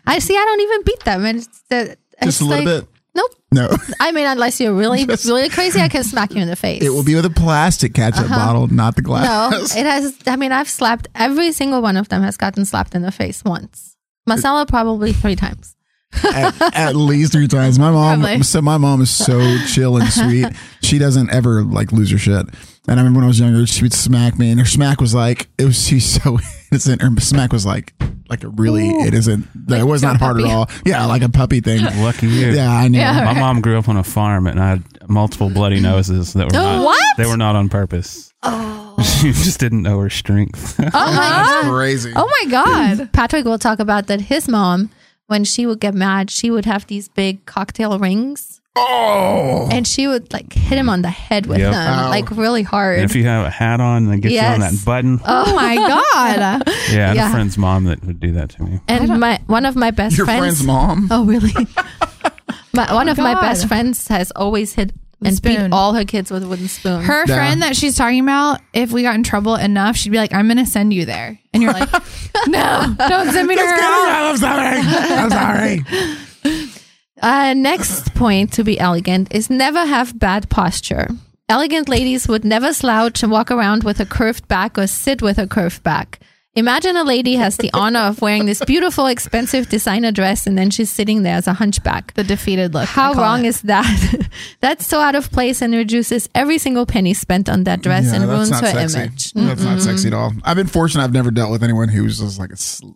I see. I don't even beat them, and it's, the, Just it's a little like, bit. Nope. No, I mean, unless you're really really crazy, I can smack you in the face. it will be with a plastic ketchup bottle, not the No, glass. it has. I mean, I've slapped every single one of them has gotten slapped in the face once. Marcella probably three times. at, at least three times. My mom, Probably. so my mom is so chill and sweet. She doesn't ever like lose her shit. And I remember when I was younger, she would smack me, and her smack was like it was. She's so innocent. Her smack was like like a really innocent. it was not hard at all. Yeah, like a puppy thing. Lucky you. Yeah, I know. My mom grew up on a farm and I had multiple bloody noses that were not, What? they were not on purpose. Oh. She just didn't know her strength. Oh my That's god. crazy. Oh my god. Patrick will talk about that. His mom, when she would get mad, she would have these big cocktail rings, Oh, and she would like hit him on the head with Yep. them, Ow. like really hard. and if you have a hat on and it gets you on Yes. that button. Oh my god. yeah, I had yeah. a friend's mom that would do that to me. and my one of my best your friends. friend's mom. Oh really? my, one of my Oh God. best friends has always hit and Spoon. beat all her kids with a wooden spoon. Her Yeah. friend that she's talking about, if we got in trouble enough, she'd be like, I'm going to send you there. And you're like, no, don't send me to her. house." I'm sorry. I'm sorry. Uh, next point to be elegant is never have bad posture. Elegant ladies would never slouch and walk around with a curved back or sit with a curved back. Imagine a lady has the honor of wearing this beautiful, expensive designer dress and then she's sitting there as a hunchback. The defeated look. I How call wrong it. is that? that's so out of place and reduces every single penny spent on that dress Yeah, and that's ruins not her sexy. image. That's not sexy at all. I've been fortunate. I've never dealt with anyone who's just like a, sl-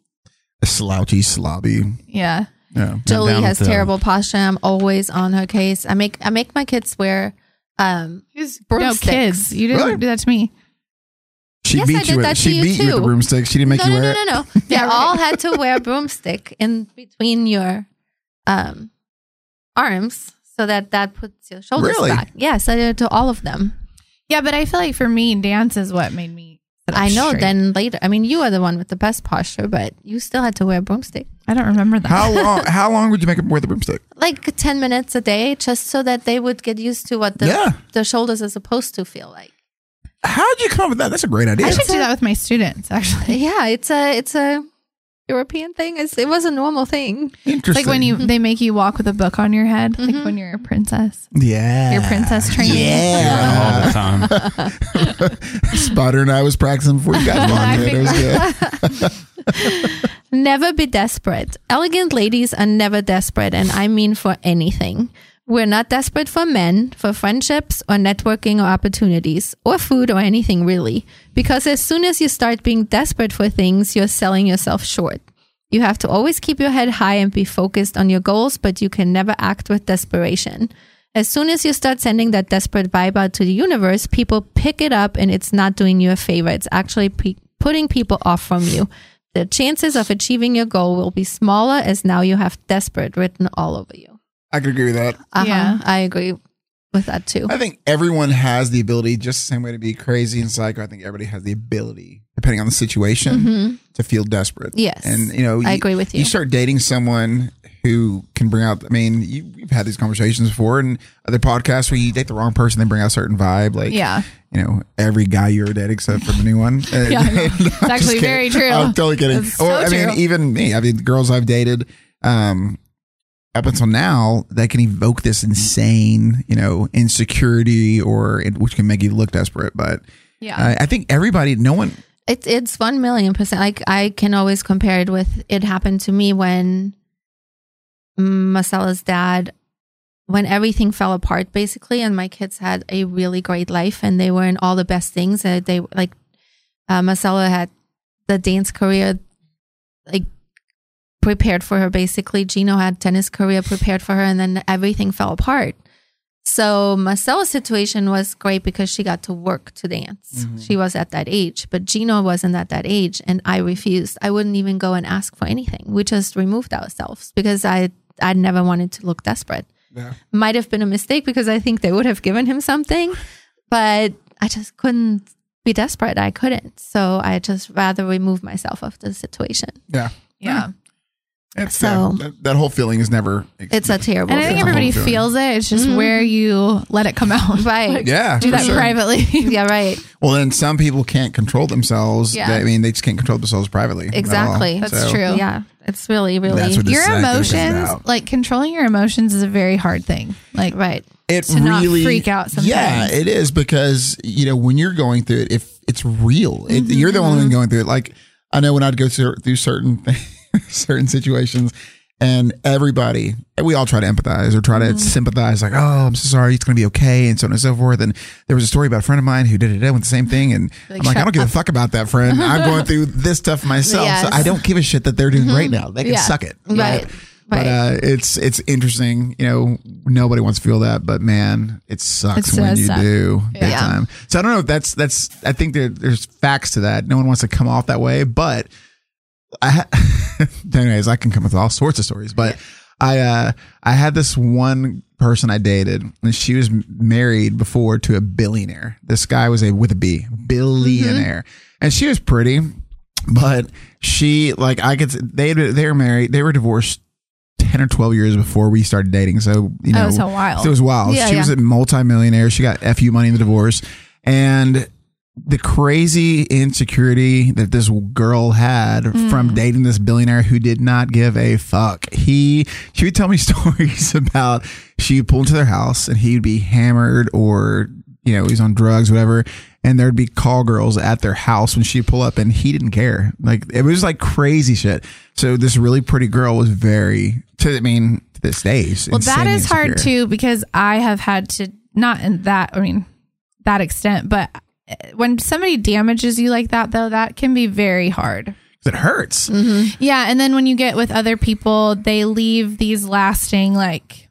a slouchy, slobby. Yeah. Yeah. Jolie down has with the- terrible posture. I'm always on her case. I make I make my kids wear um, No, broomsticks. kids. You didn't Really? do that to me. She Yes, I beat did you. With, that to she you beat you with the too. broomstick. She didn't make no, you no, wear no, it. no, no, They Yeah, all right. had to wear a broomstick in between your um, arms so that that puts your shoulders Really? back. Yes, I did it to all of them. Yeah, but I feel like for me, dance is what made me. sit up I know. straight. Then later, I mean, you are the one with the best posture, but you still had to wear a broomstick I don't remember that. How long? How long would you make him wear the broomstick? like ten minutes a day, just so that they would get used to what the Yeah. the shoulders are supposed to feel like. How'd you come up with that? That's a great idea. I should do that with my students, actually. Yeah, it's a it's a European thing. It's, it was a normal thing. It's Interesting. like when you they make you walk with a book on your head, Mhm. like when you're a princess, yeah, your princess training. all Yeah, the time. Spotter and I was practicing before we got on it. It was good. Never be desperate. Elegant ladies are never desperate, and I mean for anything. We're not desperate for men, for friendships, or networking, or opportunities, or food, or anything really. Because as soon as you start being desperate for things, you're selling yourself short. You have to always keep your head high and be focused on your goals, but you can never act with desperation. As soon as you start sending that desperate vibe out to the universe, people pick it up and it's not doing you a favor. It's actually pe- putting people off from you. The chances of achieving your goal will be smaller as now you have desperate written all over you. I could agree with that. Uh-huh. Yeah. I agree with that too. I think everyone has the ability, just the same way to be crazy and psycho. I think everybody has the ability, depending on the situation, Mm-hmm. to feel desperate. Yes. and you know, I agree with you. You start dating someone who can bring out. I mean, you, you've had these conversations before, and other podcasts where you date the wrong person, they bring out a certain vibe. Like, Yeah. you know, every guy you were dating except for the new one. Yeah, I know. It's actually very true. I'm totally kidding. It's or so I mean, true. even me. I mean, girls I've dated. Um, up until now that can evoke this insane, you know, insecurity or it, which can make you look desperate. But Yeah. I, I think everybody, no one, It's it's one million percent. Like I can always compare it with it happened to me when Marcella's dad, when everything fell apart basically, and my kids had a really great life and they were in all the best things. Uh, they like uh, Marcella had the dance career like prepared for her basically. Gino had tennis career prepared for her, and then everything fell apart. So Marcella's situation was great because she got to work to dance. Mm-hmm. She was at that age, but Gino wasn't at that age, and I refused. I wouldn't even go and ask for anything. We just removed ourselves because I I never wanted to look desperate. Might have been a mistake because I think they would have given him something, but I just couldn't be desperate. I couldn't. So I just rather remove myself of the situation. yeah, yeah. it's, So- yeah, that, that whole feeling is never. It's a terrible. And I think feeling. everybody Feeling. feels it. It's just where you let it come out. Mm-hmm. Right. Like, yeah, Do for that sure. privately. Yeah, right. Well, then some people can't control themselves. Yeah. They- I mean, they just can't control themselves privately. at all. Exactly. That's So- true. Yeah, it's really, really That's what this Your exactly what it's emotions, about. like controlling your emotions, is a very hard thing. Like, right. it to not freak out sometimes. Yeah, it is because you know when you're going through it, if it's real, it, Mm-hmm, you're the only one going through it. Like I know when I'd go through, through certain certain situations, and everybody, and we all try to empathize or try Mm-hmm. to sympathize. Like, oh, I'm so sorry, it's going to be okay, and so on and so forth. And there was a story about a friend of mine who did it with the same thing, and I'm like, I shut don't give a fuck about that friend. I'm going through this stuff myself, so Yes. I don't give a shit that they're doing great now. They Mm-hmm. can Yeah. suck it, Right. but Right. uh, it's it's interesting. You know, nobody wants to feel that, but man, it sucks It when does you suck. do big Yeah. time. So I don't know if that's that's. I think there, there's facts to that. No one wants to come off that way, but I. Ha- anyways, I can come up with all sorts of stories, but I uh, I had this one person I dated, and she was m- married before to a billionaire. This guy was a with a B billionaire, Mm-hmm. and she was pretty, but she like I could s- they had- they were married, they were divorced. 10 or 12 years before we started dating. So, you know, Oh, so wild. so it was wild. Yeah, she was yeah. a multimillionaire. She got FU money in the divorce. And the crazy insecurity that this girl had Mm. from dating this billionaire who did not give a fuck. He she would tell me stories about she would pull into their house and he'd be hammered or you know he's on drugs whatever, and there'd be call girls at their house when she'd pull up and he didn't care. Like it was like crazy shit. So this really pretty girl was very to I mean to this day. is Well, that insanely is hard insecure. too because I have had to not in that. I mean, that extent, but uh, when somebody damages you like that, though, that can be very hard. 'Cause It hurts. Mm-hmm. Yeah, and then when you get with other people, they leave these lasting like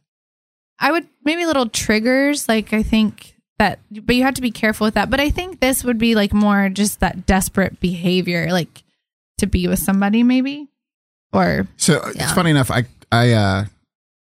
I would maybe little triggers. Like I think that, but you have to be careful with that. But I think this would be like more just that desperate behavior, like to be with somebody, maybe. Or So uh, it's Yeah. funny enough. I I uh,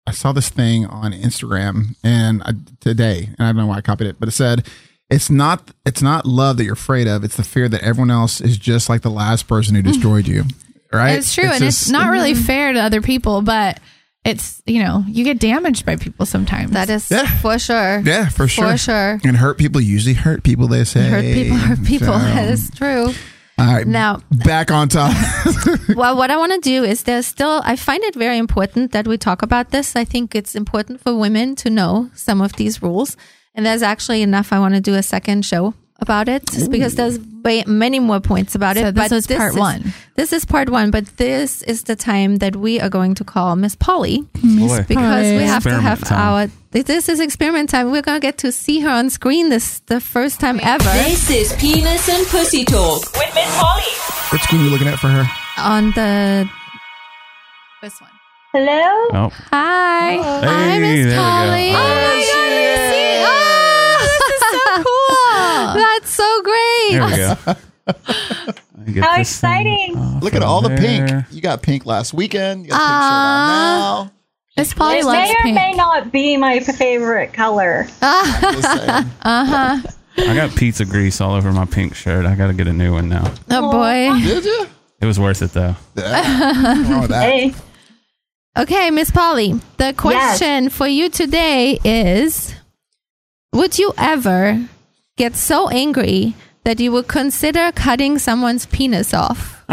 I saw this thing on Instagram and I, today, and I don't know why I copied it, but it said it's not it's not love that you're afraid of. It's the fear that everyone else is just like the last person who destroyed you. Right? it's true, and it's just- Mm-hmm. not really fair to other people, but it's you know you get damaged by people sometimes. That is Yeah. for sure. Yeah, for sure. For sure. And hurt people usually hurt people. They say Hurt people hurt people. So, that is true. All right. Now, back on top. well, what I want to do is there's still, I find it very important that we talk about this. I think it's important for women to know some of these rules. And there's actually enough. I want to do a second show about it just because there's way, many more points about So it. this was part is- one. This is part one, but this is the time that we are going to call Miss Polly Boy. because we Polly. have to have Experiment time. our. This is experiment time. We're gonna get to see her on screen this the first time ever. This is Penis and Pussy Talk. With Miss Polly. what screen are you looking at for her? on the This one. Hello? Oh, hi. Hi, Hey, Miss there we go. Polly. Oh, my god, you see? Oh, That's so there great. we go. I get How this thing exciting. off Look at of all the there. pink. You got pink last weekend. You got Ah. pink Miss Polly it loves may or pink. may not be my favorite color. shirt on now. Just saying. I got pizza grease all over my pink shirt. I got to get a new one now. Oh boy. Did you? It was worth it though. What's wrong with that? Hey, Okay, Miss Polly, the question for you today is Would you ever get so angry that you would consider cutting someone's penis off?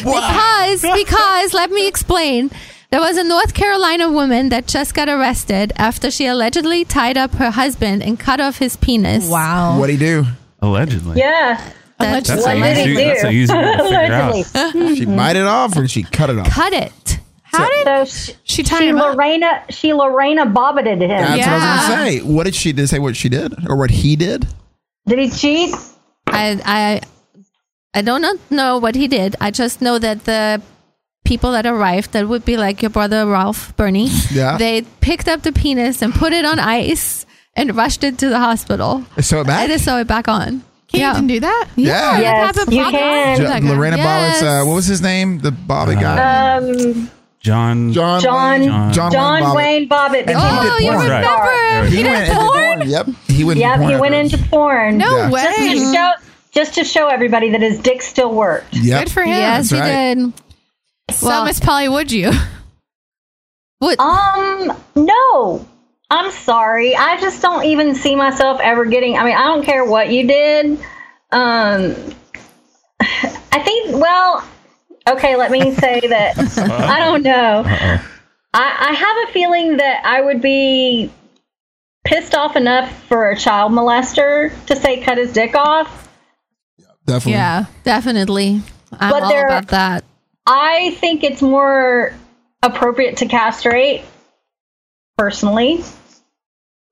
because because let me explain there was a north carolina woman that just got arrested after she allegedly tied up her husband and cut off his penis Wow. What'd he do? Allegedly. yeah. That- That's What a did easy. he do? That's a easy one to figure Allegedly. out. She bite it off or she cut it off? cut it how did So she, She tied she him up. Lorena, she Lorena bobbited him. That's what I was Yeah. going to say. What did she did say what she did or what he did? Did he cheat? i i i don't not know what he did i just know that the people that arrived that would be like your brother ralph bernie Yeah. they picked up the penis and put it on ice and rushed it to the hospital So it back? and saw it back on Can you even do that? yeah. That Yes, happened you probably- can. Jo- Lorena Yes. Bobbitt's, uh, what was his name? The Bobby guy? Um, John. John. John- Wayne- John. John Wayne Bobbitt. And Wayne Bobbitt. became he a Oh, did you porn. porn Right. remember? star. He, went into porn. Yep. He went. into porn Yep, he after went this. into porn. No Yeah. Just to way. show, just to show everybody that his dick still worked. Yep. Good for him. yes That's you right. did so, Well- Miss Polly, would you? What? Um, no. I'm sorry. I just don't even see myself ever getting. I mean, I don't care what you did. Um, I think. Well, okay. Let me say that. I don't know. I, I have a feeling that I would be pissed off enough for a child molester to say cut his dick off. Definitely. Yeah. Definitely. I'm But all there- about that. I think it's more appropriate to castrate, personally.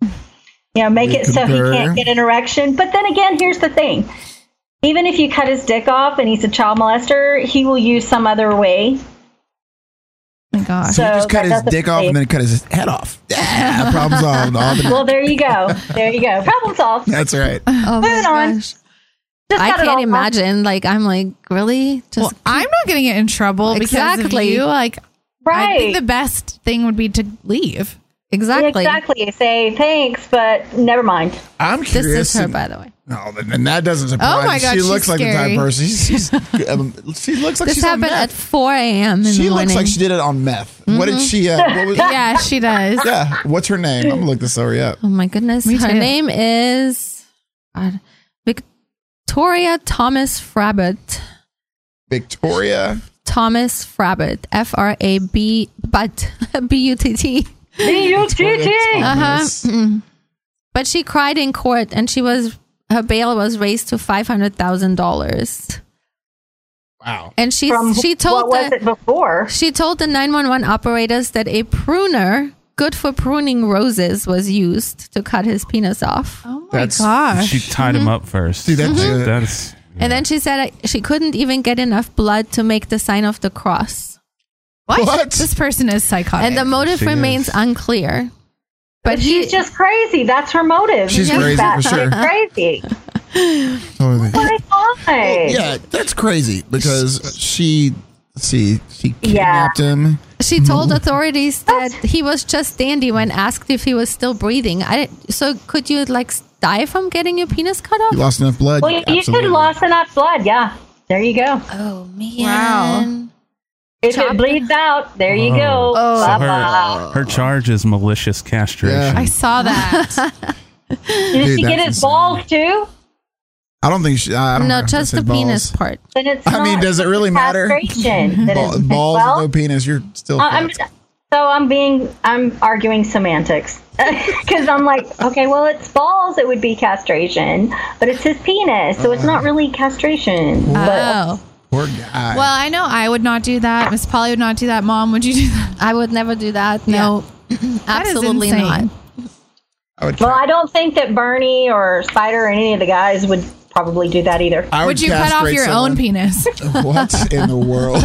You know, make it so he concur. can't get an erection. But then again, here's the thing. Even if you cut his dick off and he's a child molester, he will use some other way. Oh my gosh. So he just So cut that his doesn't dick off say- and then cut his head off. Yeah, problem solved. All the- Well, there you go. There you go. Problem solved. that's right. Oh my Moving on. gosh. Just I cut it can't all off. imagine. Like I'm like, really? Well, Just I'm not going to get in trouble because of Exactly. you. Like, I Right. think the best thing would be to leave. exactly. Exactly. Say thanks, but never mind. I'm This curious. is her, and- by the way. no, then then that doesn't surprise. Oh my me. God, she she's looks like the type scary. of person. She's, she's, um, she looks like This she's on happened at meth. 4 a.m. in the She morning. looks like she did it on meth. What did she? Uh, what was, yeah. Mm-hmm. Yeah, she does. What's her name? I'm gonna look this over up. oh my goodness. Me her too. name is God, Victoria Thomas Frabbit. Victoria. Thomas Frabbit. F R A B but B U T T. B-U-T-T. Uh-huh. Mm. But she cried in court and she was her bail was raised to five hundred thousand dollars. Wow. And she From Uh, she what told was the, it before? she told the 911 operators that a pruner good for pruning roses was used to cut his penis off. Oh my That's- gosh. She tied him up first. See, that's Like, it. that's And then she said uh, she couldn't even get enough blood to make the sign of the cross. what? What? This person is psychotic. And the motive She remains is. unclear. But he She's just crazy. That's her motive. She's Just crazy that for sure. Crazy. Totally. Oh My God. Yeah, that's crazy because she. let's See, she kidnapped him. She told authorities that he was just dandy when asked if he was still breathing. I so could you like s- die from getting your penis cut off? He lost enough blood. Well, you could Absolutely. have lost enough blood. Yeah. There you go. Oh man! If Chop- it bleeds out, there you go. Oh. Oh. So Oh, Bye bye. her, her charge is malicious castration. Yeah. I saw that. Did Dude, she that's get his insane. balls too? I don't think she. I don't know No, if I just the said penis balls. part. Then it's I mean, not does it really matter? castration. Then Ball, it's- balls, well, no penis. You're still. I- I'm, fucked. so I'm being, I'm arguing semantics because I'm like, okay, well, it's balls. It would be castration, but it's his penis, so it's not Uh. really castration. but Oh. Poor guy. Well, I know I would not do that. Miss Polly would not do that. Mom, would you do that? I would never do that. No, That is absolutely not. insane. I would. well, I don't think that Bernie or Spider or any of the guys would probably do that either. Uh, I Would you cut off castrate your own someone. penis? What in the world?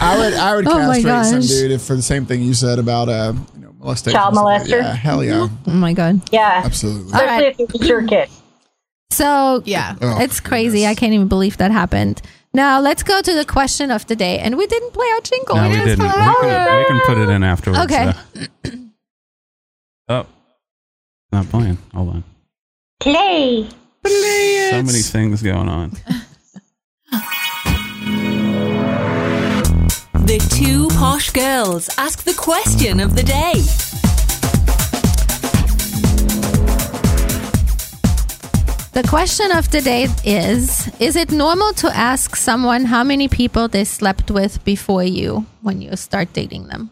I would I would Oh my castrate some gosh. dude if for the same thing you said about uh you know molestation. Child molester? Yeah, hell yeah, Oh my god. Yeah, absolutely. uh, especially right. if it's your kid. So Yeah. Oh, it's crazy. goodness. I can't even believe that happened. Now let's go to the question of the day, and we didn't play our jingle. No, we didn't didn't. We play can, our- we can put it in afterwards. Okay. though. Oh, not playing. Hold on. Play. So many things going on. The two posh girls ask the question of the day. The question of the day is: Is it normal to ask someone how many people they slept with before you when you start dating them?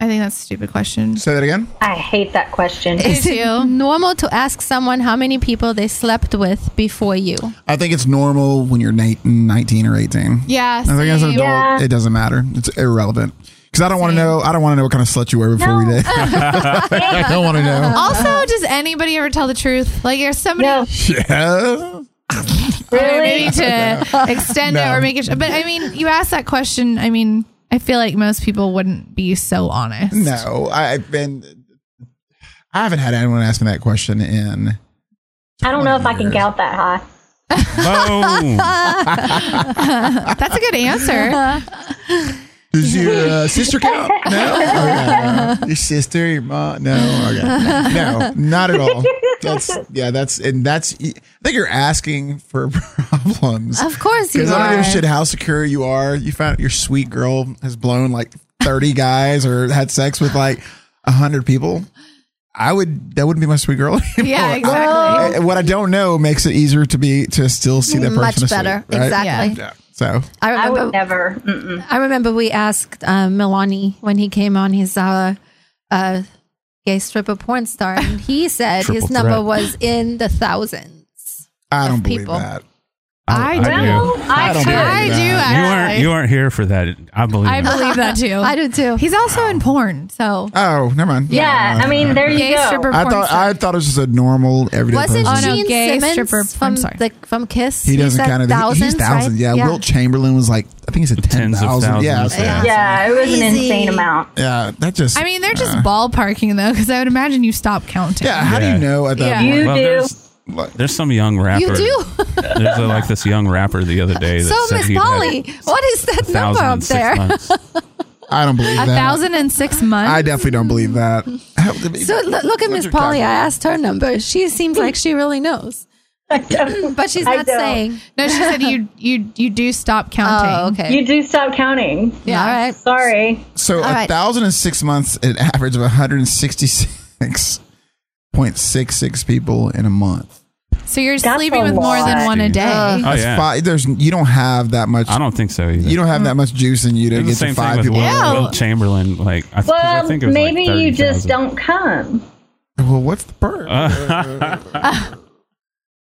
I think that's a stupid question. Say that again. I hate that question. Is it do. normal to ask someone how many people they slept with before you? I think it's normal when you're ni- 19 or 18. Yeah. I think as an same. adult, Yeah. it doesn't matter. It's irrelevant because I don't want to know. I don't want to know what kind of slut you were before we No. did. I don't want to know. Also, does anybody ever tell the truth? Like, if somebody No, Yeah. maybe really? to extend it No. or make it. But I mean, you asked that question. I mean, I feel like most people wouldn't be so honest. No, I, I've been. I haven't had anyone ask me that question in. I don't know if I can count that high. Boom. That's a good answer. Does your uh, sister count? No. Okay. Your sister, your mom? No. Okay. No, not at all. That's yeah. That's and that's. I think you're asking for problems. Of course you Because I don't are. give a shit how secure you are. You found your sweet girl has blown like 30 guys or had sex with like 100 people. I would, that wouldn't be my sweet girl anymore. Yeah, Oh. exactly. I- what I don't know makes it easier to be, to still see that person. Much asleep, better. right? Exactly. Yeah. So, I I remember. would never. Mm-mm. I remember we asked uh, Milani when he came on his uh, uh, gay stripper porn star, and he said Triple his number threat. was in the thousands. I don't Of believe people. that. I I, do. Well, I, I don't I, believe do. that. You actually. aren't. You aren't here for that. I believe. I it. believe that too. I do too. He's also in porn, so Oh, never mind. yeah, I mean, there you gay go. stripper I porn thought, I star. thought it was just a normal everyday Wasn't person. no, Gene gay Simmons stripper- from I'm sorry. the from Kiss? He doesn't said count it. He- He's thousands. right? Yeah. Wilt Chamberlain was like, I think he said Tens of 10,000. Yeah. thousands, so- yeah. yeah, it was an Crazy. insane amount. yeah. That just, uh, I mean, they're just ballparking though, because I would imagine you stop counting. yeah. How do Yeah. you know at Yeah. that point? You do. there's, there's some young rapper. You do. There's uh like this young rapper the other day. That so said Miss he'd had Polly, what is that number 1,000 in up six there? months. Oh, I don't believe A that. thousand and six months. I definitely don't believe that. So l- look at Miss Polly. I asked her number. She seems like she really knows, but she's I not don't. saying. no, she said you you you do stop counting. Oh, okay. You do stop counting. yeah. All right. Sorry. So All a right. thousand and six months, an average of one hundred and sixty-six point six six people in a month. So you're That's sleeping a with more than one a day. Oh That's yeah. fi- there's you don't have that much. I don't think so either. You don't Mm. have that much juice in you to It's the get to same thing five with people. Will, Ew. Will Chamberlain. Like, I, 'cause I Well, think it was maybe like you just 30,000. don't come. Well, what's the perk?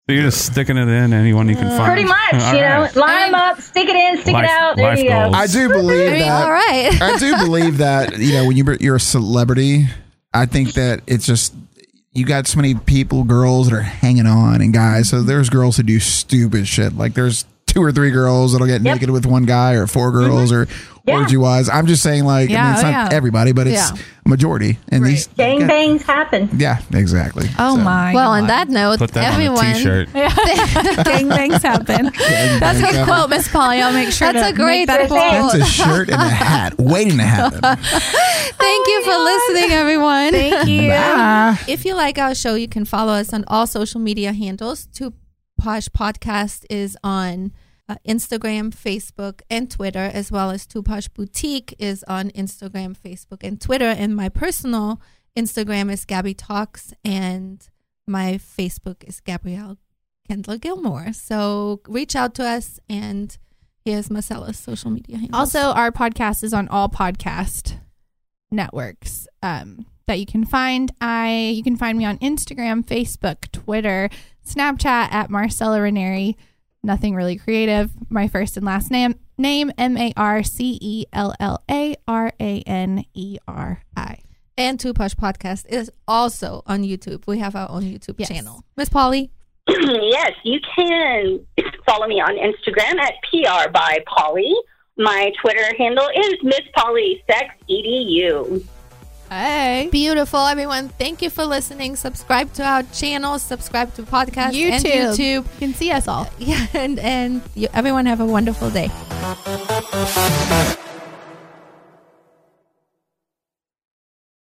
So you're just sticking it in anyone you can find. Pretty much, you All know. right. Line them up, stick it in, stick Life- it out. There life you goals. go. I do believe I mean, that. all right. I do believe that you know when you you're a celebrity, I think that it's just you got so many people, girls that are hanging on, and guys. So there's girls who do stupid shit. Like there's two or three girls that'll get Yep. naked with one guy, or four girls, or Yeah. orgy wise. I'm just saying, like, I Yeah, mean, it's oh, not yeah. everybody, but it's Yeah. a majority. And these, Gang yeah, bangs happen. exactly. Oh So, my. Well, God. on that note, Put that everyone. on a t-shirt. gangbangs happen. That's bang a happen. quote, Miss Polly. I'll make sure. That's to a great make that quote. That's a shirt and a hat waiting to happen. Thank you for listening, everyone. Thank you. Bye. If you like our show, you can follow us on all social media handles. Two Posh Podcast is on uh, Instagram, Facebook, and Twitter, as well as Two Posh Boutique is on Instagram, Facebook, and Twitter. And my personal Instagram is Gabby Talks, and my Facebook is Gabrielle Kendall Gilmore. So reach out to us, and here's Marcella's social media handle. Also, our podcast is on all podcast networks um, that you can find. I you can find me on Instagram, Facebook, Twitter, Snapchat at Marcella Ranieri. Nothing really creative. My first and last name name M A R C E L L A R A N E R I. and Two Push Podcast is also on YouTube. We have our own YouTube Yes. channel. Miss Polly, yes, you can follow me on Instagram at PR by Polly. My Twitter handle is Miss Polly Sex E Edu. Hey. beautiful everyone. Thank you for listening. Subscribe to our channel. Subscribe to podcast and YouTube. YouTube. You can see us all. Yeah, and and you, everyone have a wonderful day.